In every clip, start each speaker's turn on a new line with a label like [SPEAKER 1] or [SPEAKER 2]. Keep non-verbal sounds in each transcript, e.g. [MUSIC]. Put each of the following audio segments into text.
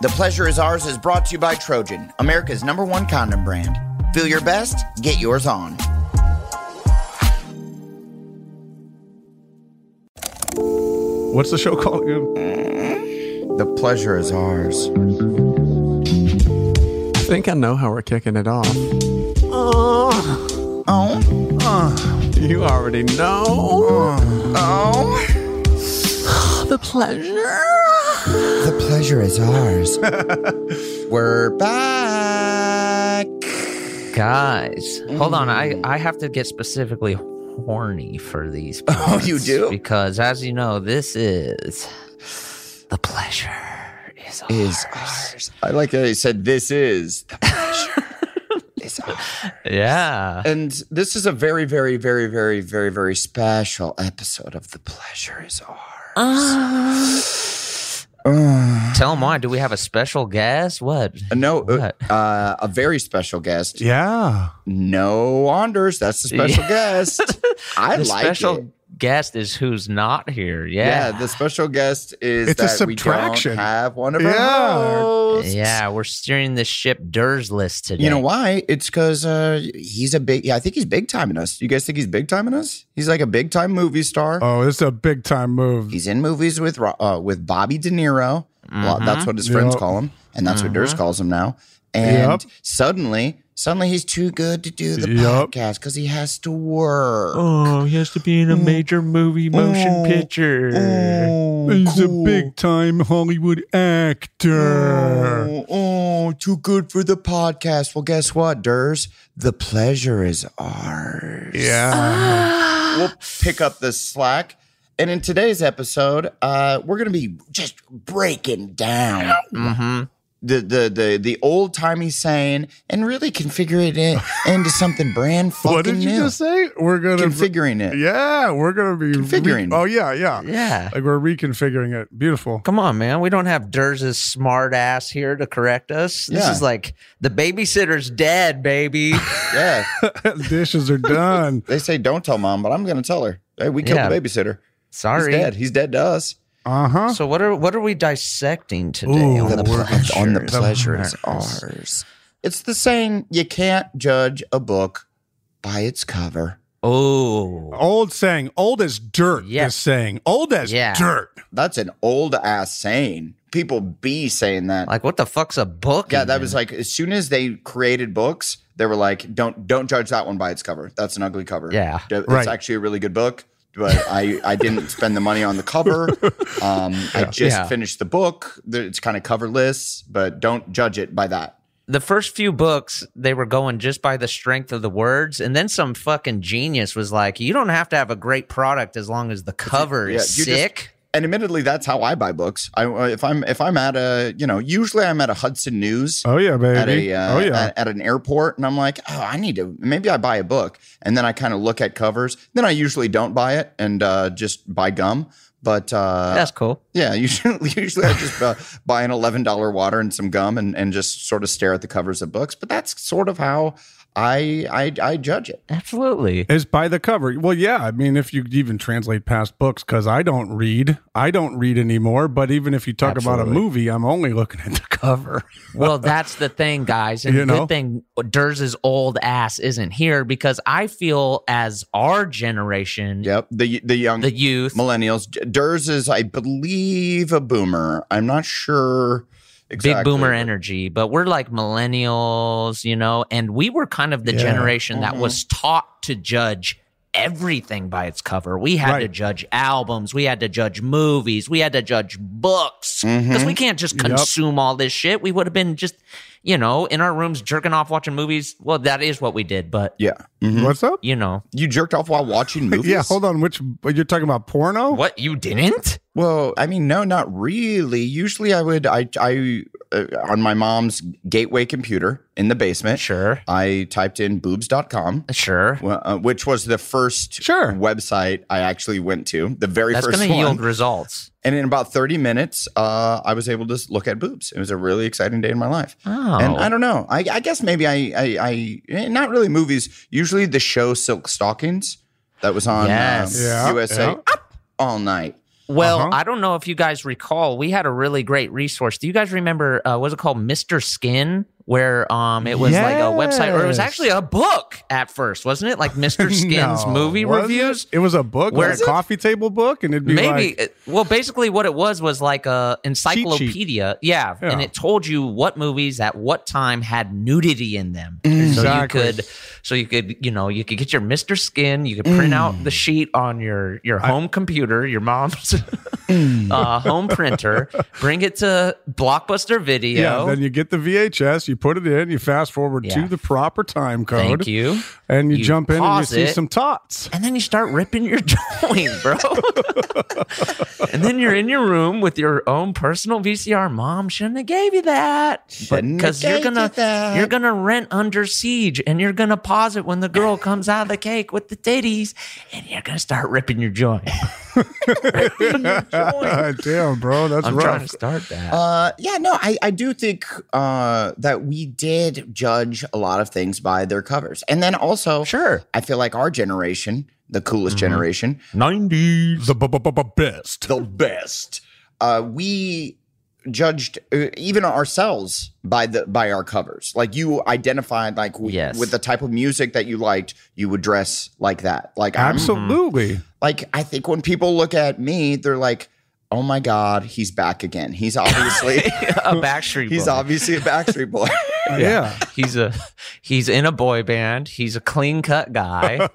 [SPEAKER 1] The Pleasure Is Ours is brought to you by Trojan, America's number one condom brand. Feel your best, get yours on.
[SPEAKER 2] What's the show called again?
[SPEAKER 1] The Pleasure Is Ours.
[SPEAKER 3] I think I know how we're kicking it off.
[SPEAKER 2] Uh.
[SPEAKER 1] Oh,
[SPEAKER 3] You already know
[SPEAKER 1] oh.
[SPEAKER 2] Uh.
[SPEAKER 3] the pleasure.
[SPEAKER 1] The Pleasure Is Ours. [LAUGHS] We're back.
[SPEAKER 4] guys hold on
[SPEAKER 1] Mm.
[SPEAKER 4] i i have to get specifically horny for these
[SPEAKER 1] [LAUGHS] Oh, you
[SPEAKER 4] parts
[SPEAKER 1] do?
[SPEAKER 4] because as you know this is the pleasure is,
[SPEAKER 1] Is
[SPEAKER 4] ours.
[SPEAKER 1] ours. I like that he said this is the pleasure. is ours.
[SPEAKER 4] yeah
[SPEAKER 1] And this is a very, very, very, very, very, very special episode of The Pleasure Is Ours.
[SPEAKER 4] tell them why do we have a special guest what
[SPEAKER 1] no, uh,
[SPEAKER 4] What?
[SPEAKER 1] uh, a very special guest.
[SPEAKER 2] Yeah.
[SPEAKER 1] No, Anders, that's the special
[SPEAKER 4] [LAUGHS]
[SPEAKER 1] guest. I
[SPEAKER 4] the
[SPEAKER 1] like
[SPEAKER 4] special
[SPEAKER 1] it.
[SPEAKER 4] guest is who's not here
[SPEAKER 1] Yeah.
[SPEAKER 4] yeah
[SPEAKER 1] the special guest is
[SPEAKER 2] It's a
[SPEAKER 1] that we
[SPEAKER 2] subtraction.
[SPEAKER 1] don't have one of
[SPEAKER 2] Yeah.
[SPEAKER 1] our hosts.
[SPEAKER 4] yeah we're steering the ship Dursless today
[SPEAKER 1] You know why? It's because uh, he's a big. Yeah, I think he's big time in us. You guys think he's big time in us? He's like a big time movie star.
[SPEAKER 2] Oh, this is a big time move.
[SPEAKER 1] He's in movies with Ro- uh, with Bobby De Niro. Well,
[SPEAKER 4] Mm-hmm.
[SPEAKER 1] that's what his friends
[SPEAKER 2] Yep.
[SPEAKER 1] call him, and that's what Durst calls him now. And
[SPEAKER 2] Yep.
[SPEAKER 1] suddenly, suddenly he's too good to do the
[SPEAKER 2] Yep.
[SPEAKER 1] podcast because he has to work.
[SPEAKER 4] oh he has to be
[SPEAKER 1] Mm.
[SPEAKER 4] in a major movie motion picture
[SPEAKER 1] Oh,
[SPEAKER 2] He's
[SPEAKER 1] cool.
[SPEAKER 2] a big time Hollywood actor.
[SPEAKER 1] Oh, oh, too good for the podcast. Well, guess what, Durs? The pleasure is ours.
[SPEAKER 2] Yeah.
[SPEAKER 1] We'll pick up the slack. And in today's episode, uh, we're going to be just breaking down
[SPEAKER 2] Mm-hmm.
[SPEAKER 1] the, the, the, the old timey saying and really configure it
[SPEAKER 2] [LAUGHS]
[SPEAKER 1] in, into something brand fucking
[SPEAKER 2] what did you
[SPEAKER 1] new.
[SPEAKER 2] just say? We're gonna
[SPEAKER 1] Configuring it.
[SPEAKER 2] Yeah, we're gonna be
[SPEAKER 1] Configuring.
[SPEAKER 2] re- oh yeah, yeah,
[SPEAKER 4] yeah
[SPEAKER 2] Like we're reconfiguring it. [LAUGHS] Beautiful.
[SPEAKER 4] Come on, man. We don't have Durz's smart ass here to correct us. This
[SPEAKER 1] Yeah.
[SPEAKER 4] is like the babysitter's
[SPEAKER 1] [LAUGHS]
[SPEAKER 4] dead, baby.
[SPEAKER 1] Yeah.
[SPEAKER 2] Dishes are done.
[SPEAKER 1] They say don't tell mom, but I'm going to tell her. Hey, we killed
[SPEAKER 4] Yeah.
[SPEAKER 1] the babysitter. He's
[SPEAKER 4] Sorry.
[SPEAKER 1] dead. He's dead to us.
[SPEAKER 2] Uh huh.
[SPEAKER 4] So what are what are we dissecting today
[SPEAKER 2] Ooh,
[SPEAKER 4] on the,
[SPEAKER 1] the ple-
[SPEAKER 4] pleasure?
[SPEAKER 1] on the pleasure is ours. It's the saying you can't judge a book by its cover.
[SPEAKER 4] Oh,
[SPEAKER 2] Old saying, old as dirt.
[SPEAKER 4] Yeah.
[SPEAKER 2] This saying, old as
[SPEAKER 4] Yeah.
[SPEAKER 2] dirt.
[SPEAKER 1] That's an old ass saying. People be saying that.
[SPEAKER 4] like what the fuck's a book?
[SPEAKER 1] yeah, that
[SPEAKER 4] even?
[SPEAKER 1] was like as soon as they created books, they were like, "Don't don't judge that one by its cover. That's an ugly cover.
[SPEAKER 4] Yeah.
[SPEAKER 1] D- it's
[SPEAKER 2] Right.
[SPEAKER 1] actually a really good book, but I I
[SPEAKER 4] [LAUGHS]
[SPEAKER 1] didn't spend the money on the cover. Um, I just
[SPEAKER 4] Yeah.
[SPEAKER 1] finished the book. The- It's kind of coverless, but don't judge it by that.
[SPEAKER 4] the first few books they were going just by the strength of the words, and then some fucking genius was like, "You don't have to have a great product as long as the cover
[SPEAKER 1] yeah,
[SPEAKER 4] is
[SPEAKER 1] you just-
[SPEAKER 4] sick."
[SPEAKER 1] and admittedly that's how i buy books i uh, if i'm if i'm at a you know usually i'm at a hudson news
[SPEAKER 2] Oh yeah, baby.
[SPEAKER 1] at a uh,
[SPEAKER 2] oh yeah.
[SPEAKER 1] at, at an airport and i'm like oh i need to maybe i buy a book and then i kind of look at covers then i usually don't buy it and uh just buy gum but uh
[SPEAKER 4] [LAUGHS] That's cool.
[SPEAKER 1] yeah [LAUGHS] usually usually i just uh, buy an 11 dollar water and some gum and and just sort of stare at the covers of books but that's sort of how i i i judge it
[SPEAKER 4] Absolutely.
[SPEAKER 2] Is by the cover. Well, yeah. I mean, if you even translate past books, because I don't read, I don't read anymore. But even if you talk about a
[SPEAKER 4] Absolutely.
[SPEAKER 2] movie, I'm only looking at the cover.
[SPEAKER 4] Well, that's the thing, guys. And
[SPEAKER 2] You know?
[SPEAKER 4] good thing Durz's old ass isn't here because I feel as our generation,
[SPEAKER 1] yep the the young
[SPEAKER 4] the youth,
[SPEAKER 1] millennials. D- Durs is, I believe, a boomer. I'm not sure.
[SPEAKER 4] big boomer energy, but we're like millennials, you know, and we were kind of the
[SPEAKER 2] Yeah.
[SPEAKER 4] generation that was taught to judge everything by its cover. We had to
[SPEAKER 2] Right.
[SPEAKER 4] judge albums, we had to judge movies, we had to judge books because we can't just
[SPEAKER 2] Yep.
[SPEAKER 4] consume all this shit. We would have been just, you know, in our rooms jerking off watching movies. Well, that is what we did, but
[SPEAKER 1] Yeah.
[SPEAKER 4] Hmm.
[SPEAKER 1] Mhm.
[SPEAKER 2] What's up? [LAUGHS]
[SPEAKER 4] you know
[SPEAKER 1] You jerked off while watching movies?
[SPEAKER 2] Yeah, hold on. Which you're talking about porno?
[SPEAKER 4] what you didn't.
[SPEAKER 1] Well, I mean, no, not really. Usually, I would I I uh, on my mom's gateway computer in the basement.
[SPEAKER 4] Sure,
[SPEAKER 1] I typed in boobs.com,
[SPEAKER 4] sure.
[SPEAKER 1] well, uh, which was the first
[SPEAKER 2] Sure.
[SPEAKER 1] website I actually went to, the very
[SPEAKER 4] That's
[SPEAKER 1] first
[SPEAKER 4] going to
[SPEAKER 1] one.
[SPEAKER 4] yield results.
[SPEAKER 1] and in about 30 minutes, uh, I was able to s- look at boobs. It was a really exciting day in my life.
[SPEAKER 4] Oh,
[SPEAKER 1] And I don't know. I, I guess maybe I, I, I, eh, not really movies. Usually the show Silk Stockings that was on um,
[SPEAKER 4] Yes.
[SPEAKER 2] Yeah,
[SPEAKER 1] USA
[SPEAKER 2] yeah.
[SPEAKER 1] Up all night.
[SPEAKER 4] Well,
[SPEAKER 2] Uh-huh.
[SPEAKER 4] I don't know if you guys recall, we had a really great resource. Do you guys remember uh was it called Mr. Skin where um it was like a website or it was
[SPEAKER 2] Yes.
[SPEAKER 4] actually a book at first, wasn't it? Like Mr. Skin's
[SPEAKER 2] No,
[SPEAKER 4] movie
[SPEAKER 2] was
[SPEAKER 4] reviews?
[SPEAKER 2] It? It was a book,
[SPEAKER 4] Where-
[SPEAKER 2] like a coffee table book, and it'd be
[SPEAKER 4] Maybe
[SPEAKER 2] like,
[SPEAKER 4] uh, well basically what it was was like a encyclopedia. Yeah, and
[SPEAKER 2] Yeah.
[SPEAKER 4] it told you what movies at what time had nudity in them.
[SPEAKER 2] Exactly.
[SPEAKER 4] So you could so you could, you know, you could get your Mr. Skin, you could print out
[SPEAKER 2] Mm.
[SPEAKER 4] the sheet on your your home computer, your mom's [LAUGHS]
[SPEAKER 2] Mm.
[SPEAKER 4] uh, home printer, bring it to
[SPEAKER 2] yeah.
[SPEAKER 4] Blockbuster Video.
[SPEAKER 2] Then you get the VHS, you put it in, you fast forward
[SPEAKER 4] Yeah.
[SPEAKER 2] to the proper time code,
[SPEAKER 4] Thank you.
[SPEAKER 2] and you,
[SPEAKER 4] You
[SPEAKER 2] jump in and you
[SPEAKER 4] pause
[SPEAKER 2] see
[SPEAKER 4] it.
[SPEAKER 2] some
[SPEAKER 4] [LAUGHS]
[SPEAKER 2] tots.
[SPEAKER 4] And then you start ripping your [LAUGHS] joint, bro. and then you're in your room with your own personal VCR. Mom shouldn't have gave you that.
[SPEAKER 1] Shouldn't have
[SPEAKER 4] you're
[SPEAKER 1] gave you
[SPEAKER 4] gonna
[SPEAKER 1] that.
[SPEAKER 4] you're gonna rent under siege and you're gonna pause it when the girl comes out of the cake with the titties and you're gonna start ripping your joint. Ripping your joint.
[SPEAKER 2] [LAUGHS] Damn, bro, that's
[SPEAKER 4] I'm trying to
[SPEAKER 2] rough.
[SPEAKER 4] start that.
[SPEAKER 1] Uh, yeah, no, I, I do think uh, that we did judge a lot of things by their covers. And then also,
[SPEAKER 4] Sure. Mm-hmm.
[SPEAKER 1] I feel like our generation, the coolest generation,
[SPEAKER 4] 90s.
[SPEAKER 2] The b- b- b- best.
[SPEAKER 1] the best, uh, we judged uh, even ourselves by the by our covers like you identified like w-
[SPEAKER 4] Yes.
[SPEAKER 1] with the type of music that you liked you would dress like that like
[SPEAKER 4] Mm-hmm.
[SPEAKER 1] I'm-
[SPEAKER 2] Absolutely.
[SPEAKER 1] like I think when people look at me, they're like, "Oh my god, he's back again. He's obviously
[SPEAKER 4] [LAUGHS] [LAUGHS]
[SPEAKER 1] [LAUGHS]
[SPEAKER 4] A Backstreet
[SPEAKER 1] he's
[SPEAKER 4] Boy.
[SPEAKER 1] obviously a Backstreet Boy." [LAUGHS]
[SPEAKER 2] Yeah.
[SPEAKER 4] He's a he's in a boy band. He's a clean
[SPEAKER 1] [LAUGHS]
[SPEAKER 4] cut guy.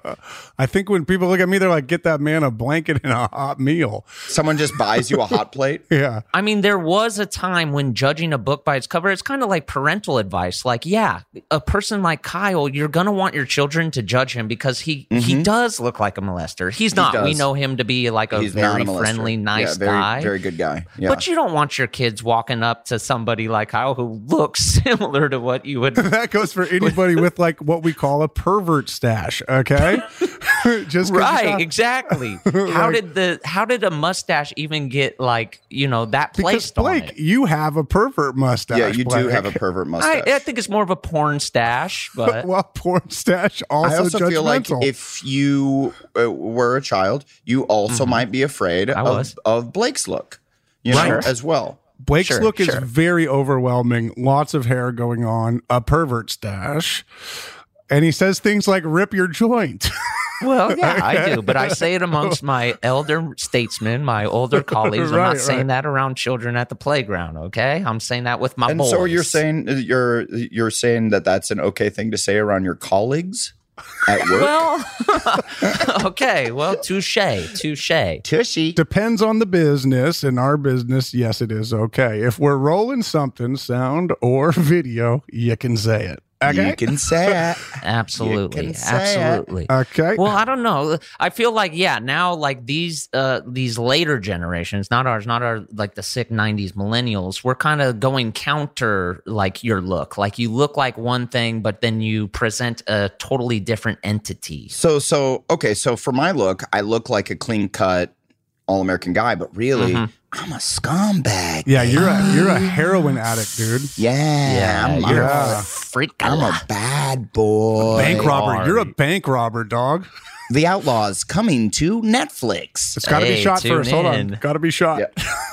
[SPEAKER 2] I think when people look at me, they're like, "Get that man a blanket and a hot meal."
[SPEAKER 1] Someone just buys you a hot plate.
[SPEAKER 2] Yeah. [LAUGHS]
[SPEAKER 4] I mean, there was a time when judging a book by its cover, it's kind of like parental advice. Like, yeah, a person like Kyle, you're gonna want your children to judge him because he he does look like a molester. He's not. we
[SPEAKER 1] Mm-hmm. does.
[SPEAKER 4] know him to be like a
[SPEAKER 1] he's not
[SPEAKER 4] very
[SPEAKER 1] a molester.
[SPEAKER 4] friendly,
[SPEAKER 1] Yeah,
[SPEAKER 4] nice
[SPEAKER 1] very,
[SPEAKER 4] guy.
[SPEAKER 1] very good guy. Yeah.
[SPEAKER 4] But you don't want your kids walking up to somebody like Kyle who looks [LAUGHS] similar to what you
[SPEAKER 1] [LAUGHS]
[SPEAKER 4] would
[SPEAKER 2] That goes for
[SPEAKER 4] [LAUGHS]
[SPEAKER 2] anybody with like what we call a pervert stash. Okay, [LAUGHS] just 'cause you
[SPEAKER 4] Right,
[SPEAKER 1] [LAUGHS]
[SPEAKER 2] got-
[SPEAKER 4] exactly. How did the how did a mustache even get like you know that
[SPEAKER 2] Because
[SPEAKER 4] placed on
[SPEAKER 2] Blake,
[SPEAKER 4] it?
[SPEAKER 2] you have a pervert mustache.
[SPEAKER 1] yeah, you do
[SPEAKER 2] Blake.
[SPEAKER 1] have a pervert
[SPEAKER 4] I,
[SPEAKER 1] mustache.
[SPEAKER 4] I think it's more of a
[SPEAKER 1] [LAUGHS]
[SPEAKER 4] porn stash,
[SPEAKER 2] [LAUGHS]
[SPEAKER 4] but
[SPEAKER 2] well, porn stash also,
[SPEAKER 1] I also
[SPEAKER 2] judgmental.
[SPEAKER 1] feel like if you uh, were a child, you also might be afraid of,
[SPEAKER 4] Mm-hmm. was.
[SPEAKER 1] of Blake's look, you know,
[SPEAKER 4] Right.
[SPEAKER 1] as well.
[SPEAKER 2] Blake's
[SPEAKER 4] Sure,
[SPEAKER 2] look
[SPEAKER 4] sure.
[SPEAKER 2] is very overwhelming. Lots of hair going on, a pervert stash, and he says things like "rip your joint."
[SPEAKER 1] [LAUGHS]
[SPEAKER 4] well, yeah, I do. But I say it amongst my elder statesmen, my older colleagues. I'm
[SPEAKER 2] Right,
[SPEAKER 4] not saying
[SPEAKER 2] right.
[SPEAKER 4] that around children at the playground. Okay, I'm saying that with my
[SPEAKER 1] And
[SPEAKER 4] boys.
[SPEAKER 1] so you're saying you're you're saying that that's an okay thing to say around your colleagues at work.
[SPEAKER 4] Well, [LAUGHS] okay, well, touche, touche.
[SPEAKER 1] Tushy.
[SPEAKER 2] Depends on the business. In our business, yes, it is okay. If we're rolling something, sound or [LAUGHS] video, you can say it. Okay.
[SPEAKER 1] You can say it.
[SPEAKER 4] Absolutely,
[SPEAKER 1] say it.
[SPEAKER 4] absolutely.
[SPEAKER 2] [LAUGHS] okay.
[SPEAKER 4] Well, I don't know. I feel like yeah, now like these uh these later generations, not ours, not our like the sick 90s millennials, we're kind of going counter like your look. Like you look like one thing but then you present a totally different entity.
[SPEAKER 1] So so okay, so for my look, I look like a clean cut all American guy, but really
[SPEAKER 4] Mm-hmm.
[SPEAKER 1] I'm a scumbag.
[SPEAKER 2] yeah, you're a you're a heroin addict, dude.
[SPEAKER 1] Yeah. I'm, I'm
[SPEAKER 4] you're
[SPEAKER 1] a-
[SPEAKER 4] a freak.
[SPEAKER 1] I'm a bad boy.
[SPEAKER 2] Bank robber.
[SPEAKER 4] are
[SPEAKER 2] You're a
[SPEAKER 4] you?
[SPEAKER 2] bank robber, dog.
[SPEAKER 1] The Outlaws coming to Netflix.
[SPEAKER 2] It's got to be
[SPEAKER 4] Hey,
[SPEAKER 2] shot first. Hold
[SPEAKER 4] tune
[SPEAKER 2] on.
[SPEAKER 4] in.
[SPEAKER 2] Got to be shot.
[SPEAKER 1] Yeah.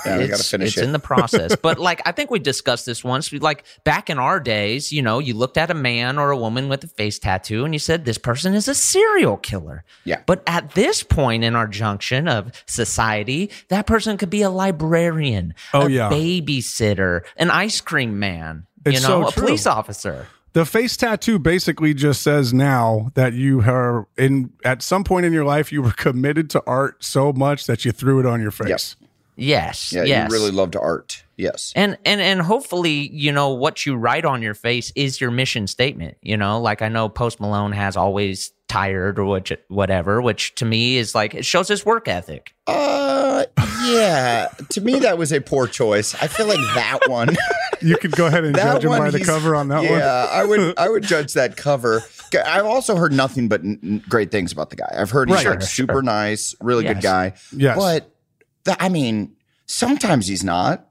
[SPEAKER 1] Yeah, we gotta
[SPEAKER 4] it's,
[SPEAKER 1] finish
[SPEAKER 4] it's
[SPEAKER 1] it.
[SPEAKER 4] in the process. but like I think we discussed this once. We like back in our days, you know, you looked at a man or a woman with a face tattoo and you said this person is a serial killer.
[SPEAKER 1] Yeah.
[SPEAKER 4] But at this point in our junction of society, that person could be a librarian,
[SPEAKER 2] Oh,
[SPEAKER 4] a
[SPEAKER 2] yeah.
[SPEAKER 4] babysitter, an ice cream man, you
[SPEAKER 2] It's
[SPEAKER 4] know,
[SPEAKER 2] so
[SPEAKER 4] a
[SPEAKER 2] true.
[SPEAKER 4] police officer.
[SPEAKER 2] The face tattoo basically just says now that you are in at some point in your life you were committed to art so much that you threw it on your face.
[SPEAKER 4] Yes.
[SPEAKER 1] Yeah,
[SPEAKER 4] yes.
[SPEAKER 1] you really loved art. Yes.
[SPEAKER 4] and and and hopefully you know what you write on your face is your mission statement you know like i know post malone has always tired or which, whatever which to me is like it shows his work ethic [LAUGHS]
[SPEAKER 1] Uh, yeah. to me, that was a poor choice. I feel like that one.
[SPEAKER 2] You could go ahead
[SPEAKER 1] [LAUGHS]
[SPEAKER 2] and
[SPEAKER 1] that
[SPEAKER 2] judge him
[SPEAKER 1] one
[SPEAKER 2] by the
[SPEAKER 1] he's-
[SPEAKER 2] cover on [LAUGHS] that
[SPEAKER 1] yeah,
[SPEAKER 2] one.
[SPEAKER 1] I would. I would judge that cover. G- I've also heard nothing but n- n- great things about the guy. I've heard he's
[SPEAKER 2] Right.
[SPEAKER 1] like super nice, really good
[SPEAKER 4] Yes.
[SPEAKER 1] guy.
[SPEAKER 2] Yes.
[SPEAKER 1] But th- I mean, sometimes he's not.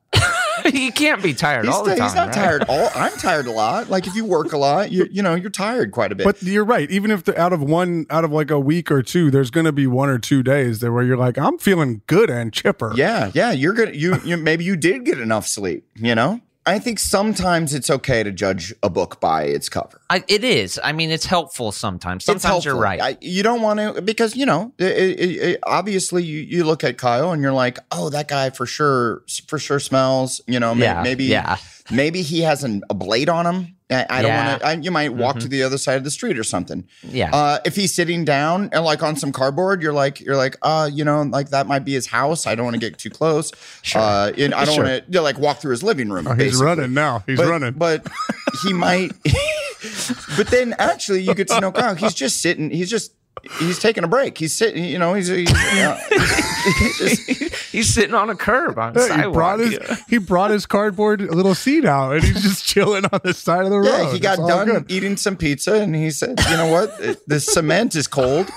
[SPEAKER 4] you can't be tired
[SPEAKER 1] He's,
[SPEAKER 4] all the
[SPEAKER 1] he's
[SPEAKER 4] time
[SPEAKER 1] not
[SPEAKER 4] right?
[SPEAKER 1] tired. All I'm tired a lot. Like if you work a lot, you you know you're tired quite a bit.
[SPEAKER 2] But you're right. Even if the, out of one, out of like a week or two, there's going to be one or two days there where you're like, I'm feeling good and chipper.
[SPEAKER 1] Yeah, yeah, you're gonna you you maybe you did get enough sleep, you know? I think sometimes it's okay to judge a book by its cover.
[SPEAKER 4] I, it is i mean it's helpful sometimes
[SPEAKER 1] It's
[SPEAKER 4] sometimes you're
[SPEAKER 1] helpful. I,
[SPEAKER 4] right
[SPEAKER 1] you don't want to because you know i i i obviously you, you look at Kyle and you're like, oh, that guy for sure for sure smells. You know, may-
[SPEAKER 4] yeah
[SPEAKER 1] maybe
[SPEAKER 4] yeah
[SPEAKER 1] maybe he has an, a blade on him. I, I don't
[SPEAKER 4] Yeah. Mm-hmm.
[SPEAKER 1] want to. You might walk to the other side of the street or something.
[SPEAKER 4] yeah
[SPEAKER 1] Uh, if he's sitting down and like on some cardboard, you're like, you're like, uh, you know, like that might be his house. I don't want to get too close.
[SPEAKER 4] Sure.
[SPEAKER 1] Uh, and I don't want to like walk through his living room.
[SPEAKER 2] Oh, he's
[SPEAKER 1] basically.
[SPEAKER 2] running now. He's
[SPEAKER 1] but,
[SPEAKER 2] running.
[SPEAKER 1] But he
[SPEAKER 2] [LAUGHS]
[SPEAKER 1] might. but then actually, you could see no Kyle. He's just sitting. He's just. He's taking a break. He's sitting. You know. He's. he's, uh, [LAUGHS] he's just,
[SPEAKER 4] he's sitting on a curb on the
[SPEAKER 2] Hey, he
[SPEAKER 4] sidewalk
[SPEAKER 2] brought his
[SPEAKER 4] Yeah.
[SPEAKER 2] [LAUGHS] he brought his cardboard little seat out and he's just [LAUGHS] chilling on the side of the road.
[SPEAKER 1] yeah, he got
[SPEAKER 2] It's all
[SPEAKER 1] done
[SPEAKER 2] good.
[SPEAKER 1] eating some pizza, and he said, "You know what? the cement is cold.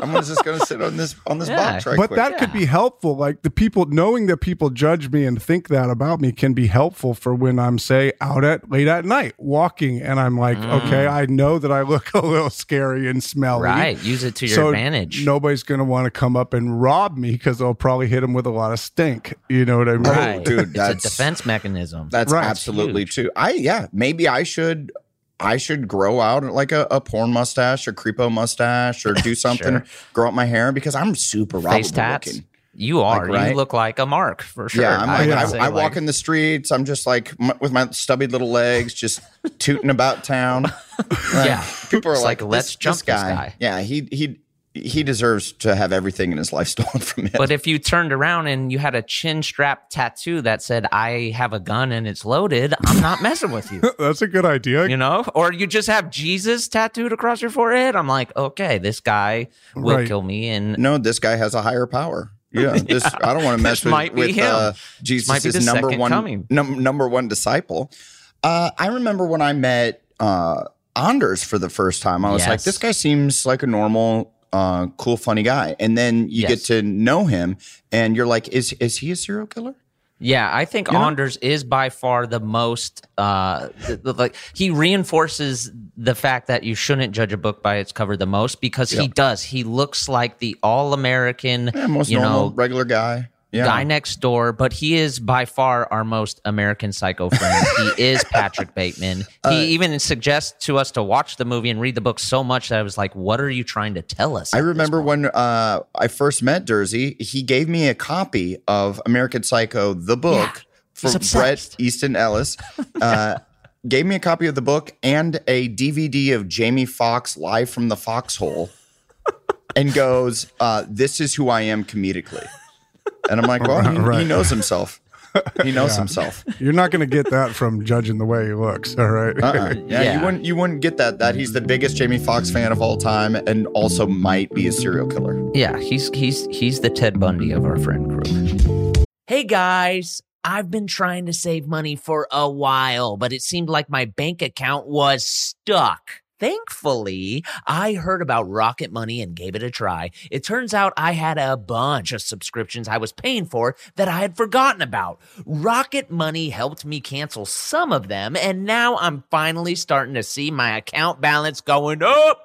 [SPEAKER 1] I'm just going to sit on this on this
[SPEAKER 4] Yeah.
[SPEAKER 1] box right
[SPEAKER 2] But
[SPEAKER 1] quick."
[SPEAKER 2] that could be helpful. Like the people knowing that people judge me and think that about me can be helpful for when I'm say out at late at night walking and I'm like, okay,
[SPEAKER 1] Mm.
[SPEAKER 2] I know that I look [LAUGHS] a little scary and smelly.
[SPEAKER 4] right use it to your advantage
[SPEAKER 2] Nobody's going to want to come up and rob me because they'll probably hit him with a lot of stink. You know what I mean?
[SPEAKER 4] right
[SPEAKER 1] dude,
[SPEAKER 4] it's
[SPEAKER 1] that's-
[SPEAKER 4] a defense mechanism
[SPEAKER 1] That's
[SPEAKER 2] Right.
[SPEAKER 1] absolutely
[SPEAKER 4] Huge.
[SPEAKER 1] true. I yeah, maybe I should I should grow out like a, a porn mustache or creepo mustache or
[SPEAKER 4] [LAUGHS]
[SPEAKER 1] do something,
[SPEAKER 4] Sure.
[SPEAKER 1] grow up my hair because I'm super
[SPEAKER 4] face
[SPEAKER 1] robbable
[SPEAKER 4] tats
[SPEAKER 1] looking.
[SPEAKER 4] you are
[SPEAKER 1] right?
[SPEAKER 4] you look like a mark for sure
[SPEAKER 1] Yeah, I'm like,
[SPEAKER 4] would
[SPEAKER 1] I,
[SPEAKER 4] say,
[SPEAKER 1] I walk
[SPEAKER 4] like-
[SPEAKER 1] in the streets. I'm just like m- with my stubby little legs, just tooting about town.
[SPEAKER 4] [LAUGHS]
[SPEAKER 1] Like,
[SPEAKER 4] Yeah.
[SPEAKER 1] people are
[SPEAKER 4] It's like,
[SPEAKER 1] like,
[SPEAKER 4] let's
[SPEAKER 1] this,
[SPEAKER 4] jump
[SPEAKER 1] this
[SPEAKER 4] this
[SPEAKER 1] guy.
[SPEAKER 4] guy.
[SPEAKER 1] Yeah, he he he deserves to have everything in his life stolen [LAUGHS] from him.
[SPEAKER 4] But if you turned around and you had a chin strap tattoo that said, I have a gun and it's loaded, I'm not messing
[SPEAKER 1] [LAUGHS]
[SPEAKER 4] with you.
[SPEAKER 2] [LAUGHS] That's a good idea.
[SPEAKER 4] You know? Or you just have Jesus tattooed across your forehead. I'm like, okay, this guy will
[SPEAKER 2] Right.
[SPEAKER 4] kill me
[SPEAKER 1] [LAUGHS]
[SPEAKER 4] and
[SPEAKER 1] no, this guy has a higher power.
[SPEAKER 4] [LAUGHS]
[SPEAKER 1] Yeah, this I don't want to mess
[SPEAKER 4] This
[SPEAKER 1] with,
[SPEAKER 4] might be
[SPEAKER 1] with
[SPEAKER 4] him.
[SPEAKER 1] uh,
[SPEAKER 4] might be
[SPEAKER 1] Jesus'
[SPEAKER 4] the
[SPEAKER 1] number
[SPEAKER 4] second
[SPEAKER 1] one
[SPEAKER 4] coming.
[SPEAKER 1] num- number one disciple. Uh, I remember when I met uh, Anders for the first time. I was like,
[SPEAKER 4] Yes.
[SPEAKER 1] this guy seems like a normal, uh, cool, funny guy. And then you get
[SPEAKER 4] Yes.
[SPEAKER 1] to know him, and you're like, is is he a serial killer?
[SPEAKER 4] Yeah, I think Anders is by far the most uh th- th- like he reinforces the fact that you shouldn't judge a book by its cover the most because he does. He looks like the all-American,
[SPEAKER 1] Yeah, most
[SPEAKER 4] you
[SPEAKER 1] normal,
[SPEAKER 4] know,
[SPEAKER 1] regular guy. Yeah,
[SPEAKER 4] guy next door, but he is by far our most American psycho friend. he is Patrick Bateman. he even suggests to us to watch the movie and read the book so much that I was like, "What are you trying to tell us?"
[SPEAKER 1] I remember when uh, I first met Dersey, he gave me a copy of American Psycho, the book
[SPEAKER 4] he's
[SPEAKER 1] for Brett
[SPEAKER 4] obsessed.
[SPEAKER 1] Easton Ellis. Uh, gave me a copy of the book and a DVD of Jamie Foxx live from the foxhole and goes, uh, This is who I am comedically. And I'm like, Well, he, he
[SPEAKER 2] Right.
[SPEAKER 1] knows himself. He knows himself.
[SPEAKER 2] You're not going to get that from judging the way he looks. All right.
[SPEAKER 1] Uh-uh. Yeah, you
[SPEAKER 4] Yeah.
[SPEAKER 1] wouldn't you wouldn't get that that he's the biggest Jamie Foxx fan of all time and also might be a serial killer.
[SPEAKER 4] Yeah, he's he's he's the Ted Bundy of our friend group. Hey guys, I've been trying to save money for a while, but it seemed like my bank account was stuck. Thankfully, I heard about Rocket Money and gave it a try. It turns out I had a bunch of subscriptions I was paying for that I had forgotten about. Rocket Money helped me cancel some of them, and now I'm finally starting to see my account balance going up.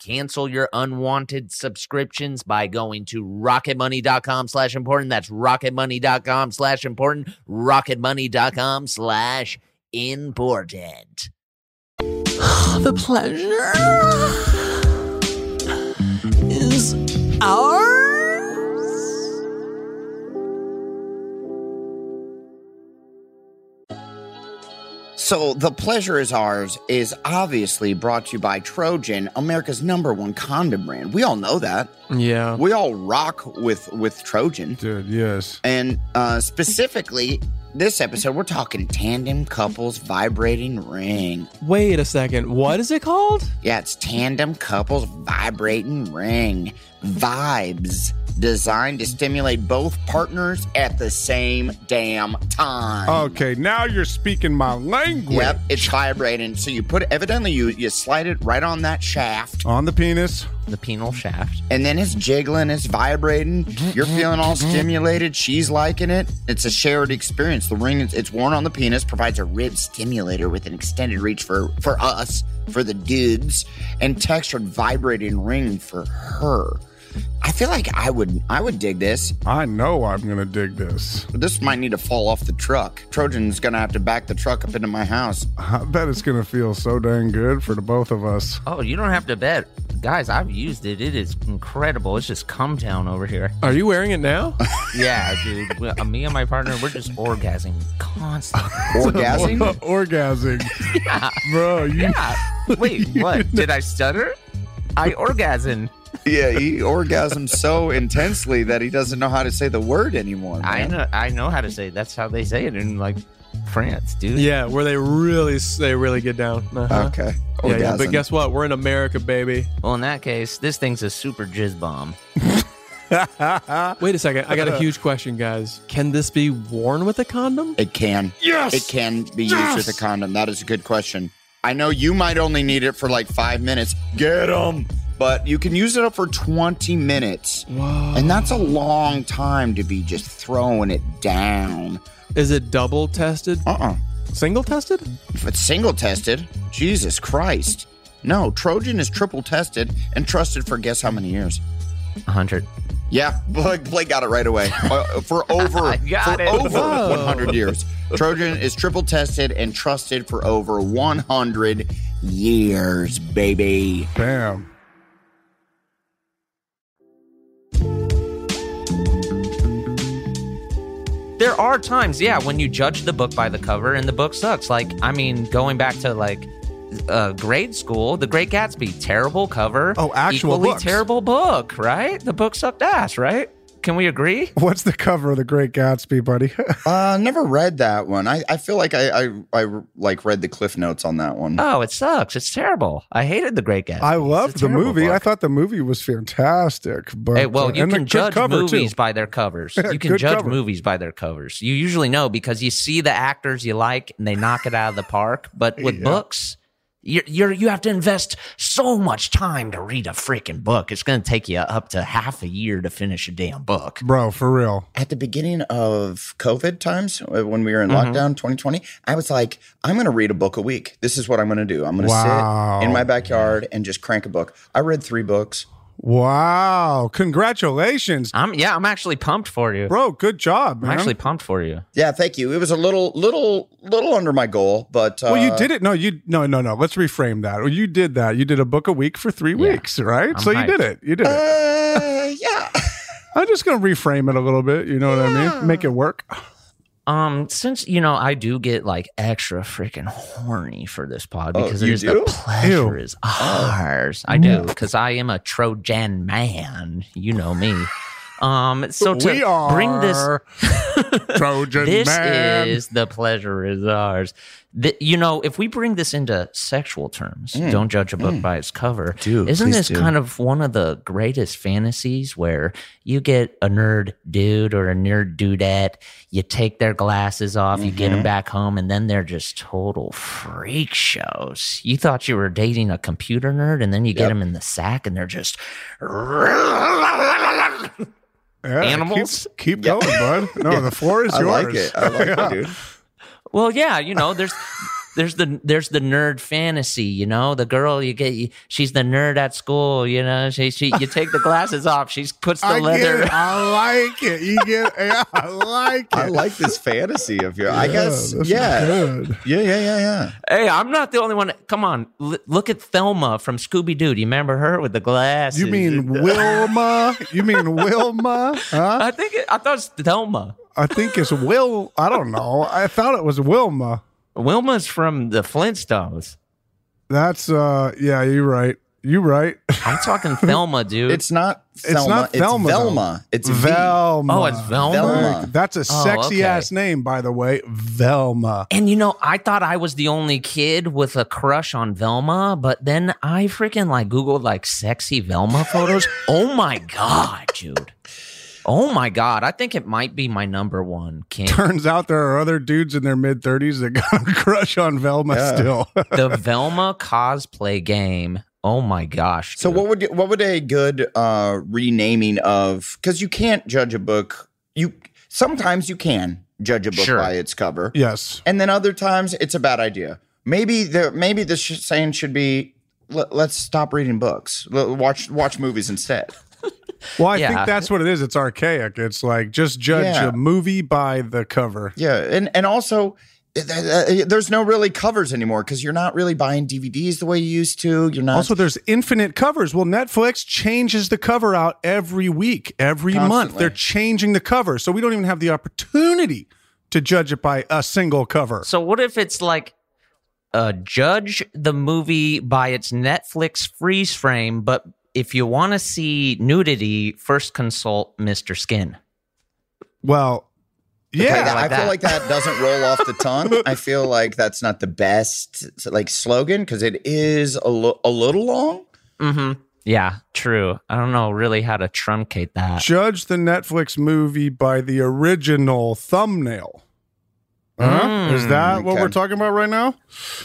[SPEAKER 5] Cancel your unwanted subscriptions by going to rocketmoney.com slash important. That's rocketmoney.com slash important. Rocketmoney.com slash important.
[SPEAKER 3] The pleasure is ours.
[SPEAKER 1] So, The Pleasure Is Ours is obviously brought to you by Trojan, America's number one condom brand. We all know that.
[SPEAKER 3] Yeah.
[SPEAKER 1] We all rock with with Trojan.
[SPEAKER 2] [LAUGHS] Dude, yes.
[SPEAKER 1] And uh, specifically, this episode, we're talking tandem couples vibrating ring.
[SPEAKER 3] Wait a second. What is it called?
[SPEAKER 1] Yeah, it's tandem couples vibrating ring. Vibes designed to stimulate both partners at the same damn time.
[SPEAKER 2] Okay, now you're speaking my language.
[SPEAKER 1] Yep, it's vibrating. So you put evidently you you slide it right on that shaft,
[SPEAKER 2] On the penis.
[SPEAKER 4] The penal shaft.
[SPEAKER 1] and then it's jiggling, it's vibrating. You're feeling all stimulated. She's liking it. It's a shared experience. The ring is- it's worn on the penis provides a rib stimulator with an extended reach for for us, for the dudes, and textured vibrating ring for her. I feel like I would I would dig this.
[SPEAKER 2] I know I'm going to dig this.
[SPEAKER 1] This might need to fall off the truck. Trojan's gonna have to back the truck up into my
[SPEAKER 3] [LAUGHS]
[SPEAKER 1] house.
[SPEAKER 2] I bet it's going to feel so dang good for the both of us. [LAUGHS]
[SPEAKER 4] Oh, you don't have to bet. Guys, I've used it. It is incredible. It's just come down over here.
[SPEAKER 3] Are you wearing it now?
[SPEAKER 4] Yeah, dude. We- uh, Me and my partner, we're just orgasming constantly.
[SPEAKER 1] Orgasm.
[SPEAKER 2] Orgasming.
[SPEAKER 4] [LAUGHS]
[SPEAKER 2] Bro, you.
[SPEAKER 4] Wait, what? Did I stutter? I orgasm.
[SPEAKER 1] Yeah, he orgasms so intensely that he doesn't know how to say the word anymore.
[SPEAKER 4] I
[SPEAKER 1] man.
[SPEAKER 4] know. I know how to say. It. That's how they say it in like France, dude.
[SPEAKER 3] [LAUGHS] Yeah, where they really they really get down. Uh-huh.
[SPEAKER 1] Okay.
[SPEAKER 3] Yeah, yeah,
[SPEAKER 1] Orgasm.
[SPEAKER 3] but guess what? We're in America, baby.
[SPEAKER 4] Well, in that case, this thing's a super jizz bomb.
[SPEAKER 3] Wait a second. I got a huge question, guys. Can this be worn with a condom? [GASPS]
[SPEAKER 1] it can.
[SPEAKER 2] Yes!
[SPEAKER 1] It can be used with a condom. That is a good question. I know you might only need it for like five minutes. Get them. But you can use it up for 20 minutes.
[SPEAKER 3] Whoa.
[SPEAKER 1] And that's a long time to be just throwing it down.
[SPEAKER 3] Is it double tested?
[SPEAKER 1] Uh uh
[SPEAKER 3] Single tested?
[SPEAKER 1] If it's single tested, Jesus Christ. No, Trojan is triple tested and trusted for guess how many years?
[SPEAKER 4] hundred.
[SPEAKER 1] Yeah, [LAUGHS] Blake, Blake got it right away. Uh, for over
[SPEAKER 4] Got
[SPEAKER 1] for
[SPEAKER 4] it.
[SPEAKER 1] over
[SPEAKER 3] Whoa.
[SPEAKER 1] 100 years. Trojan is triple tested and trusted for over 100 years, baby.
[SPEAKER 2] Bam.
[SPEAKER 4] There are times, yeah, when you judge the book by the cover and the book sucks. Like, I mean, going back to like uh, grade school, The Great Gatsby, terrible cover.
[SPEAKER 2] Oh, actual
[SPEAKER 4] equally
[SPEAKER 2] books.
[SPEAKER 4] terrible book, right? The book sucked ass, right? Can we agree?
[SPEAKER 2] What's the cover of The Great Gatsby, buddy? [LAUGHS]
[SPEAKER 1] Uh, never read that one. I, I feel like I, I I like read the cliff notes on that one.
[SPEAKER 4] Oh, it sucks. It's terrible. I hated The Great Gatsby.
[SPEAKER 2] I
[SPEAKER 4] It's a
[SPEAKER 2] loved the
[SPEAKER 4] terrible
[SPEAKER 2] movie.
[SPEAKER 4] book.
[SPEAKER 2] I thought the movie was fantastic. But
[SPEAKER 4] Hey, well,
[SPEAKER 2] uh,
[SPEAKER 4] you
[SPEAKER 2] and the
[SPEAKER 4] can
[SPEAKER 2] good
[SPEAKER 4] judge
[SPEAKER 2] cover,
[SPEAKER 4] movies
[SPEAKER 2] Too.
[SPEAKER 4] by their [LAUGHS] covers.
[SPEAKER 2] Yeah,
[SPEAKER 4] You can
[SPEAKER 2] good
[SPEAKER 4] judge
[SPEAKER 2] cover.
[SPEAKER 4] movies by their covers. You usually know because you see the actors you like and they knock it out of the park. But with books, you're, you're you have to invest so much time to read a freaking book. It's going to take you up to half a year to finish a damn book.
[SPEAKER 2] Bro, for real.
[SPEAKER 1] At the beginning of COVID times, uh, when we were in lockdown 2020, I was like, I'm going to read a book a week. This is what I'm going to do. I'm going to
[SPEAKER 2] Wow.
[SPEAKER 1] sit in my backyard and just crank a book. I read three books.
[SPEAKER 2] Wow. Congratulations.
[SPEAKER 4] I'm yeah, I'm actually pumped for you.
[SPEAKER 2] Bro, good job,
[SPEAKER 4] I'm
[SPEAKER 2] man.
[SPEAKER 4] actually pumped for you.
[SPEAKER 1] Yeah, thank you. It was a little, little, little under my goal, but uh,
[SPEAKER 2] well, you did it. No, you no no no. Let's reframe that. Well, You did that. You did a book a week for three weeks, right?
[SPEAKER 4] I'm
[SPEAKER 2] so you did
[SPEAKER 4] hyped.
[SPEAKER 2] it. You did it.
[SPEAKER 1] Uh, [LAUGHS] yeah.
[SPEAKER 2] I'm just gonna reframe it a little bit. You know what I mean? Make it work.
[SPEAKER 4] Um, since you know I do get like extra freaking horny for this pod
[SPEAKER 1] Oh,
[SPEAKER 4] because it
[SPEAKER 1] you
[SPEAKER 4] is
[SPEAKER 1] do?
[SPEAKER 4] the
[SPEAKER 2] Ew.
[SPEAKER 4] pleasure is ours. I do because I am a Trojan man. You know me. Um, so to
[SPEAKER 2] we are
[SPEAKER 4] bring this,
[SPEAKER 2] Trojan
[SPEAKER 4] this
[SPEAKER 2] man.
[SPEAKER 4] is the pleasure is ours. th- you know, if we bring this into sexual terms, don't judge a book by its cover.
[SPEAKER 1] Mm. Do,
[SPEAKER 4] isn't
[SPEAKER 1] please
[SPEAKER 4] this
[SPEAKER 1] do.
[SPEAKER 4] kind of one of the greatest fantasies where you get a nerd dude or a nerd dudette, you take their glasses off, you get
[SPEAKER 1] Mm-hmm.
[SPEAKER 4] them back home, and then they're just total freak shows. You thought you were dating a computer nerd, and then you get them in the sack, and they're just.
[SPEAKER 2] Yeah, keep-
[SPEAKER 4] Animals?
[SPEAKER 2] Keep, going, bud. No, the floor is
[SPEAKER 1] I
[SPEAKER 2] yours.
[SPEAKER 1] like it. I like
[SPEAKER 2] Yeah.
[SPEAKER 1] it, dude.
[SPEAKER 4] Well, yeah, you know, there's there's the there's the nerd fantasy, you know, the girl you get, you, she's the nerd at school, you know, she she you take the glasses off, she puts the
[SPEAKER 2] I get
[SPEAKER 4] leather.
[SPEAKER 2] it. I like it. You get yeah, I like it.
[SPEAKER 1] I like this fantasy of yours. I guess.
[SPEAKER 2] this is
[SPEAKER 1] Yeah.
[SPEAKER 2] Oh, good.
[SPEAKER 1] Yeah. Yeah. Yeah. Yeah.
[SPEAKER 4] Hey, I'm not the only one. Come on, l- look at Thelma from Scooby Doo. Do you remember her with the glasses?
[SPEAKER 2] You
[SPEAKER 1] [LAUGHS]
[SPEAKER 2] mean Wilma? You mean Wilma? Huh?
[SPEAKER 4] I think it, I thought it's Thelma.
[SPEAKER 2] I think it's Will. I don't know. I thought it was Wilma.
[SPEAKER 4] Wilma's from the Flintstones.
[SPEAKER 2] That's uh yeah, you're right.
[SPEAKER 1] [LAUGHS]
[SPEAKER 2] You right.
[SPEAKER 4] I'm talking Thelma, dude.
[SPEAKER 1] It's not Thelma. It's,
[SPEAKER 2] not Thelma, though.
[SPEAKER 1] Velma. It's V.
[SPEAKER 2] Velma.
[SPEAKER 4] oh, it's Velma. Oh,
[SPEAKER 1] Velma.
[SPEAKER 2] Like, that's a sexy
[SPEAKER 4] okay.
[SPEAKER 2] ass name, by the way. Velma.
[SPEAKER 4] And you know, I thought I was the only kid with a crush on Velma, but then I freaking like Googled like sexy Velma
[SPEAKER 1] [LAUGHS]
[SPEAKER 4] photos. oh my God, dude. Oh my God. I think it might be my number one kink.
[SPEAKER 1] [LAUGHS]
[SPEAKER 2] Turns out there are other dudes in their mid thirties that got a crush on Velma
[SPEAKER 1] Yeah.
[SPEAKER 2] still. [LAUGHS]
[SPEAKER 4] the Velma cosplay game. Oh my gosh.
[SPEAKER 1] So
[SPEAKER 4] dude.
[SPEAKER 1] what would what would a good uh, renaming of? Because you can't judge a book. You sometimes you can judge a book
[SPEAKER 4] Sure.
[SPEAKER 1] by its cover,
[SPEAKER 2] yes.
[SPEAKER 1] and then other times it's a bad idea. Maybe there. Maybe the sh- saying should be. "Let- Let's stop reading books. L- watch watch movies instead.
[SPEAKER 2] Well, I
[SPEAKER 4] Yeah.
[SPEAKER 2] think that's what it is. It's archaic. It's like just judge
[SPEAKER 1] Yeah.
[SPEAKER 2] a movie by the cover.
[SPEAKER 1] Yeah, and and also th- th- th- there's no really covers anymore because you're not really buying DVDs the way you used to. You're not
[SPEAKER 2] Also, there's infinite covers. Well, Netflix changes the cover out every week, every month.
[SPEAKER 1] Constantly.
[SPEAKER 2] They're changing the cover. So we don't even have the opportunity to judge it by a single cover.
[SPEAKER 4] So what if it's like uh judge the movie by its Netflix freeze frame, but if you want to see nudity, first consult Mr. Skin.
[SPEAKER 2] Well,
[SPEAKER 1] Okay,
[SPEAKER 2] yeah.
[SPEAKER 1] that- I
[SPEAKER 4] like
[SPEAKER 1] feel
[SPEAKER 4] that.
[SPEAKER 1] like that doesn't roll off the tongue. I feel like that's not the best like slogan because it is a, lo- a little long.
[SPEAKER 4] Mm-hmm. Yeah, true. I don't know really how to truncate that.
[SPEAKER 2] Judge the Netflix movie by the original thumbnail. Huh? Is that what
[SPEAKER 1] Hmm. okay.
[SPEAKER 2] we're talking about right now?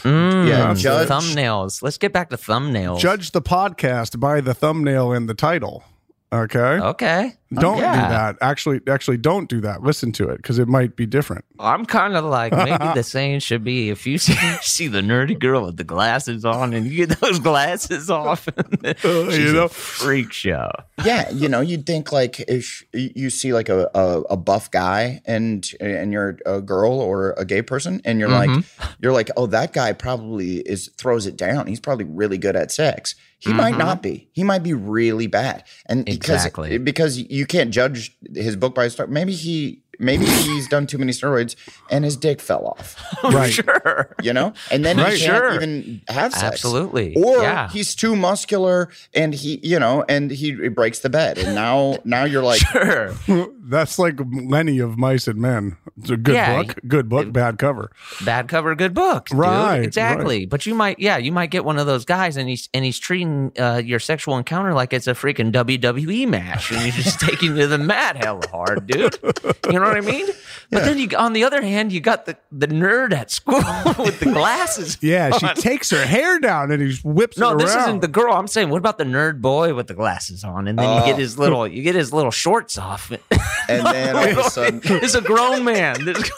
[SPEAKER 4] Mm,
[SPEAKER 1] Yeah, judge-
[SPEAKER 4] thumbnails. Let's get back to thumbnails.
[SPEAKER 2] Judge the podcast by the thumbnail and the title. Okay.
[SPEAKER 1] Oh,
[SPEAKER 4] Okay,
[SPEAKER 2] Don't
[SPEAKER 4] yeah.
[SPEAKER 2] do that. Actually, actually, don't do that. Listen to it because it might be different.
[SPEAKER 4] I'm kind of like maybe
[SPEAKER 2] [LAUGHS]
[SPEAKER 4] the saying should be if you see, [LAUGHS] see the nerdy girl with the glasses on and you get those glasses [LAUGHS] off, she's
[SPEAKER 2] Uh, you
[SPEAKER 4] you
[SPEAKER 2] know?
[SPEAKER 4] know, a freak show. [LAUGHS]
[SPEAKER 1] Yeah, you know, you'd think like if you see like a, a, a buff guy and and you're a girl or a gay person and you're like
[SPEAKER 4] Mm-hmm.
[SPEAKER 1] you're like oh that guy probably is throws it down. He's probably really good at sex. He might not be. He might be really bad. And because
[SPEAKER 4] Mm-hmm. Exactly.
[SPEAKER 1] because you can't judge his book by his start. Maybe he maybe he's done too many steroids and his dick fell off.
[SPEAKER 2] right.
[SPEAKER 4] Sure.
[SPEAKER 1] you know, and then
[SPEAKER 2] Right.
[SPEAKER 1] he can't
[SPEAKER 4] Sure.
[SPEAKER 1] even have sex.
[SPEAKER 4] Absolutely.
[SPEAKER 1] Or
[SPEAKER 4] Yeah.
[SPEAKER 1] he's too muscular, and he, you know, and he it breaks the bed, and now now you're like,
[SPEAKER 4] [LAUGHS] Sure.
[SPEAKER 2] That's like Lenny of Mice and Men. It's a good
[SPEAKER 4] Yeah,
[SPEAKER 2] book, good book, bad cover.
[SPEAKER 4] bad cover, good book. dude.
[SPEAKER 2] Right,
[SPEAKER 4] Exactly. But you might, yeah, you might get one of those guys, and he's and he's treating uh, your sexual encounter like it's a freaking WWE match, and he's just [LAUGHS] taking you to the mat hella hard, dude. You know what I mean? But then you, on the other hand, you got the the nerd at school [LAUGHS] with the
[SPEAKER 2] [LAUGHS]
[SPEAKER 4] glasses.
[SPEAKER 2] Yeah,
[SPEAKER 4] [LAUGHS]
[SPEAKER 2] she takes her hair down and he whips it
[SPEAKER 4] No,
[SPEAKER 2] around.
[SPEAKER 4] this isn't the girl. I'm saying, what about the nerd boy with the glasses on, and then you
[SPEAKER 2] Oh.
[SPEAKER 4] get his little, you get his little shorts off. [LAUGHS]
[SPEAKER 1] and then all of a sudden,
[SPEAKER 4] it's a grown man.
[SPEAKER 2] [LAUGHS]
[SPEAKER 4] This-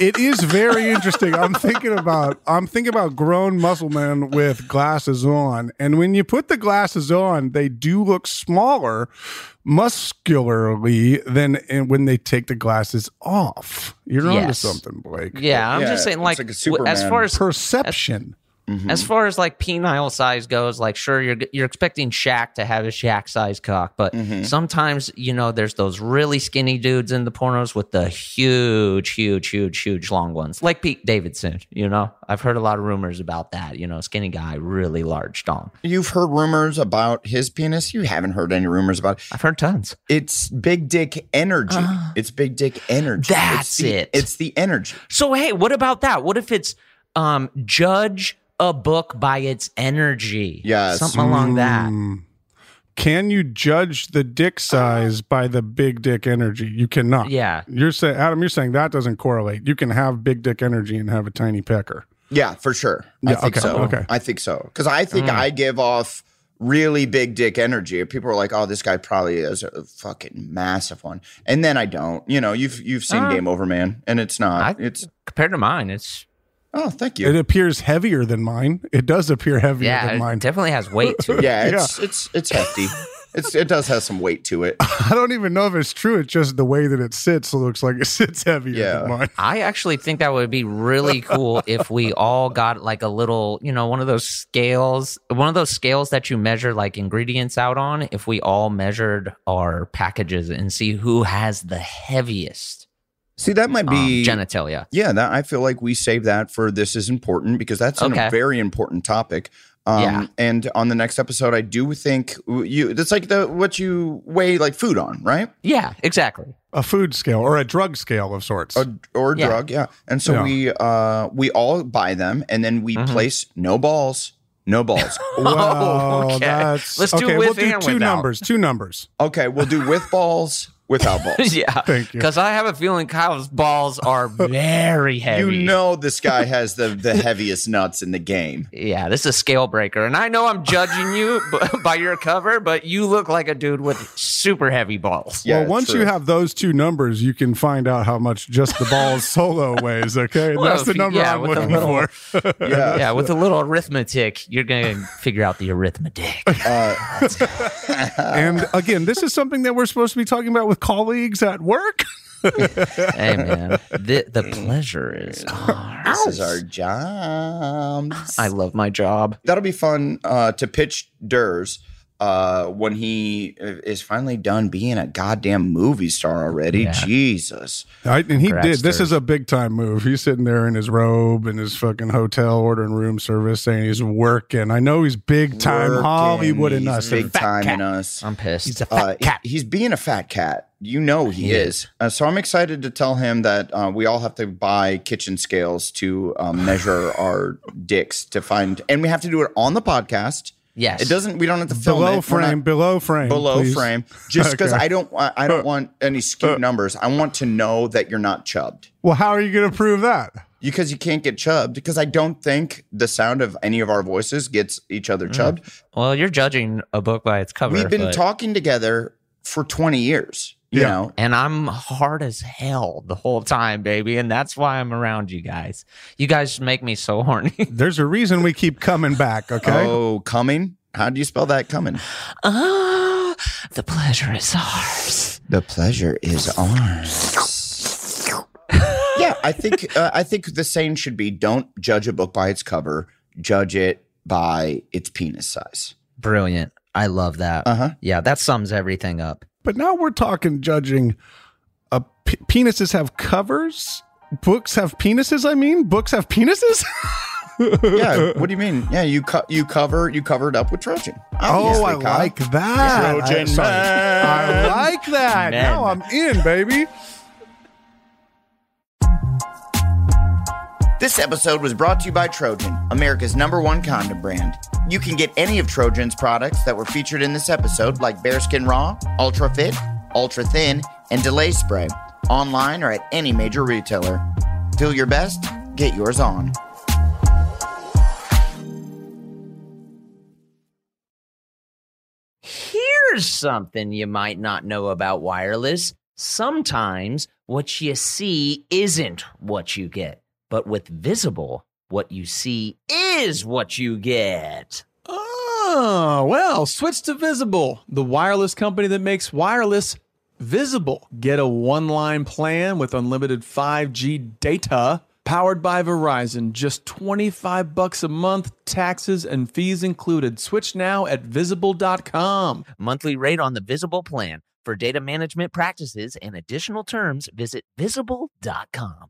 [SPEAKER 2] It is very interesting. I'm thinking about I'm thinking about grown muscle men with glasses on, and when you put the glasses on, they do look smaller, muscularly than and when they take the glasses off. You're onto
[SPEAKER 4] Yes.
[SPEAKER 2] something, Blake.
[SPEAKER 4] yeah, I'm
[SPEAKER 1] Yeah,
[SPEAKER 4] just saying,
[SPEAKER 1] it's
[SPEAKER 4] like,
[SPEAKER 1] like a
[SPEAKER 4] w- as
[SPEAKER 1] Superman.
[SPEAKER 4] far as
[SPEAKER 2] Perception.
[SPEAKER 4] As far as like penile size goes, like sure you're you're expecting Shaq to have a Shaq size cock, but sometimes you know there's those really skinny dudes in the pornos with the huge, huge, huge, huge long ones, like Pete Davidson. You know, I've heard a lot of rumors about that. You know, skinny guy, really large dong.
[SPEAKER 1] you've heard rumors about his penis. You haven't heard any rumors about it.
[SPEAKER 4] I've heard tons.
[SPEAKER 1] It's big dick energy. it's big dick energy.
[SPEAKER 4] Ah. That's
[SPEAKER 1] it's the,
[SPEAKER 4] it.
[SPEAKER 1] It's the energy.
[SPEAKER 4] So hey, what about that? What if it's um, judge a book by its energy.
[SPEAKER 1] Yes.
[SPEAKER 4] Something along that.
[SPEAKER 2] Mm. Can you judge the dick size by the big dick energy? You cannot.
[SPEAKER 4] Yeah.
[SPEAKER 2] You're saying, Adam, you're saying that doesn't correlate. You can have big dick energy and have a tiny pecker.
[SPEAKER 1] Yeah, for sure. I
[SPEAKER 2] Yeah,
[SPEAKER 1] think
[SPEAKER 2] okay,
[SPEAKER 1] so.
[SPEAKER 2] okay.
[SPEAKER 1] I think so. Because I think
[SPEAKER 4] Mm.
[SPEAKER 1] I give off really big dick energy. If People are like, oh, this guy probably is a fucking massive one. And then I don't. You know, you've you've seen Game Over Man, and it's not.
[SPEAKER 4] Ah. I-
[SPEAKER 1] it's
[SPEAKER 4] Compared to mine, it's
[SPEAKER 1] oh, thank
[SPEAKER 2] It
[SPEAKER 1] you.
[SPEAKER 2] appears heavier than mine. It does appear heavier
[SPEAKER 4] yeah,
[SPEAKER 2] than
[SPEAKER 4] it
[SPEAKER 2] mine.
[SPEAKER 4] definitely has weight
[SPEAKER 1] [LAUGHS]
[SPEAKER 4] to it.
[SPEAKER 1] yeah, it's it's it's hefty. it's it does have some weight to it.
[SPEAKER 2] [LAUGHS] I don't even know if it's true. It's just the way that it sits looks like it [LAUGHS] sits heavier
[SPEAKER 1] Yeah.
[SPEAKER 2] than mine.
[SPEAKER 4] I actually think that would be really cool if we all got like a little, you know, one of those scales, one of those scales that you measure like ingredients out on. If we all measured our packages and see who has the heaviest
[SPEAKER 1] See, that might
[SPEAKER 4] um,
[SPEAKER 1] be
[SPEAKER 4] genitalia.
[SPEAKER 1] Yeah, that I feel like we save that for this is important because that's an- a
[SPEAKER 4] Okay.
[SPEAKER 1] very important topic. Um,
[SPEAKER 4] Yeah.
[SPEAKER 1] And on the next episode, I do think you. That's like the what you weigh like food on, right?
[SPEAKER 4] Yeah, exactly.
[SPEAKER 2] A food scale or a drug scale of sorts.
[SPEAKER 1] Or, or
[SPEAKER 4] Yeah.
[SPEAKER 1] drug, yeah. And so
[SPEAKER 2] Yeah.
[SPEAKER 1] we uh we all buy them, and then we
[SPEAKER 4] Mm-hmm.
[SPEAKER 1] place no balls, no
[SPEAKER 4] [LAUGHS]
[SPEAKER 1] balls.
[SPEAKER 2] Wow,
[SPEAKER 4] okay.
[SPEAKER 2] Oh, that's
[SPEAKER 4] Let's do
[SPEAKER 2] okay.
[SPEAKER 4] with
[SPEAKER 2] we'll do
[SPEAKER 4] and
[SPEAKER 2] two
[SPEAKER 4] without.
[SPEAKER 2] numbers. Two numbers.
[SPEAKER 1] okay, we'll do with balls,
[SPEAKER 4] [LAUGHS]
[SPEAKER 1] without balls.
[SPEAKER 4] yeah.
[SPEAKER 2] Thank you.
[SPEAKER 4] Because I have a feeling Kyle's balls are very heavy.
[SPEAKER 1] You know, this guy has the
[SPEAKER 4] [LAUGHS]
[SPEAKER 1] the heaviest nuts in the game.
[SPEAKER 4] Yeah, this is a scale breaker. And I know I'm judging you b- [LAUGHS] by your cover, but you look like a dude with super heavy
[SPEAKER 1] [LAUGHS]
[SPEAKER 4] balls.
[SPEAKER 1] Yeah,
[SPEAKER 2] well, once
[SPEAKER 1] true.
[SPEAKER 2] you have those two numbers, you can find out how much just the
[SPEAKER 4] [LAUGHS]
[SPEAKER 2] balls solo weighs. Okay,
[SPEAKER 4] Well,
[SPEAKER 2] that's the
[SPEAKER 4] if you-
[SPEAKER 2] number
[SPEAKER 4] yeah,
[SPEAKER 2] I'm
[SPEAKER 4] with the
[SPEAKER 2] looking
[SPEAKER 4] little- [LAUGHS]
[SPEAKER 2] for.
[SPEAKER 1] yeah.
[SPEAKER 4] Yeah, with a little arithmetic, you're going to figure out the arithmetic.
[SPEAKER 2] and again, this is something that we're supposed to be talking about with colleagues at work.
[SPEAKER 4] hey, man, the,
[SPEAKER 1] [LAUGHS]
[SPEAKER 4] the pleasure is ours.
[SPEAKER 1] Mm. This is our job.
[SPEAKER 4] I love my job.
[SPEAKER 1] that'll be fun uh, to pitch Durs uh, when he uh, is finally done being a goddamn movie star already. Jesus.
[SPEAKER 2] Right, and he did.
[SPEAKER 4] Congrats,
[SPEAKER 2] This
[SPEAKER 4] Dirk.
[SPEAKER 2] is a big time move. He's sitting there in his robe and his fucking hotel ordering room service, saying he's working. I know he's big time
[SPEAKER 1] Working,
[SPEAKER 2] Hollywood and
[SPEAKER 1] he's
[SPEAKER 2] us.
[SPEAKER 1] Big time in us.
[SPEAKER 4] I'm pissed.
[SPEAKER 1] Uh, he- he's being a fat cat. You know he is. Uh, so I'm excited to tell him that uh, we all have to buy kitchen scales to um,
[SPEAKER 4] [LAUGHS]
[SPEAKER 1] measure our dicks to find, and we have to do it on the podcast.
[SPEAKER 4] Yes.
[SPEAKER 1] It doesn't. We don't have to film it.
[SPEAKER 2] below
[SPEAKER 1] We're
[SPEAKER 2] frame,
[SPEAKER 1] not-
[SPEAKER 2] below frame,
[SPEAKER 1] below
[SPEAKER 2] please.
[SPEAKER 1] frame just because
[SPEAKER 2] [LAUGHS] Okay. Uh,
[SPEAKER 1] i don't I, I don't want any skewed numbers i want to know that you're not chubbed
[SPEAKER 2] Well, how are you going to prove that?
[SPEAKER 1] because you can't get chubbed because i don't think the sound of any of our voices gets each
[SPEAKER 2] Mm.
[SPEAKER 1] other chubbed
[SPEAKER 4] well, you're judging a book by its cover.
[SPEAKER 1] we've been
[SPEAKER 4] but-
[SPEAKER 1] talking together for 20 years you
[SPEAKER 2] Yeah.
[SPEAKER 1] know
[SPEAKER 4] and I'm hard as hell the whole time, baby. And that's why I'm around you guys. You guys make me so horny. [LAUGHS]
[SPEAKER 2] There's a reason we keep coming back. Okay.
[SPEAKER 1] oh coming how do you spell that coming
[SPEAKER 4] Ah, the pleasure is ours.
[SPEAKER 1] the pleasure is ours yeah i think uh, i think the saying should be don't judge a book by its cover judge it by its penis size
[SPEAKER 4] Brilliant. I love that.
[SPEAKER 1] uh-huh
[SPEAKER 4] Yeah, that sums everything up.
[SPEAKER 2] But now we're talking judging. Uh, pe- penises have covers. Books have penises. I mean, books have penises. [LAUGHS]
[SPEAKER 1] yeah. What do you mean? Yeah, you co- you cover you covered up with Trojan.
[SPEAKER 2] Oh,
[SPEAKER 1] Obviously,
[SPEAKER 2] I
[SPEAKER 1] Kyle.
[SPEAKER 2] like that. I,
[SPEAKER 1] Trojan
[SPEAKER 2] sorry. I like that.
[SPEAKER 4] Men.
[SPEAKER 2] Now I'm in, baby.
[SPEAKER 1] This episode was brought to you by Trojan, America's number one condom brand. You can get any of Trojan's products that were featured in this episode, like Bearskin Raw, Ultra Fit, Ultra Thin, and Delay Spray, online or at any major retailer. Feel your best. Get yours on.
[SPEAKER 4] Here's something you might not know about wireless.
[SPEAKER 5] Sometimes what you see isn't what you get, but with Visible, what you see is what you get.
[SPEAKER 3] Oh, well, switch to Visible, the wireless company that makes wireless visible. Get a one line plan with unlimited 5G data powered by Verizon. Just 25 bucks a month, taxes and fees included. Switch now at visible.com.
[SPEAKER 5] Monthly rate on the Visible plan. For data management practices and additional terms, visit visible.com.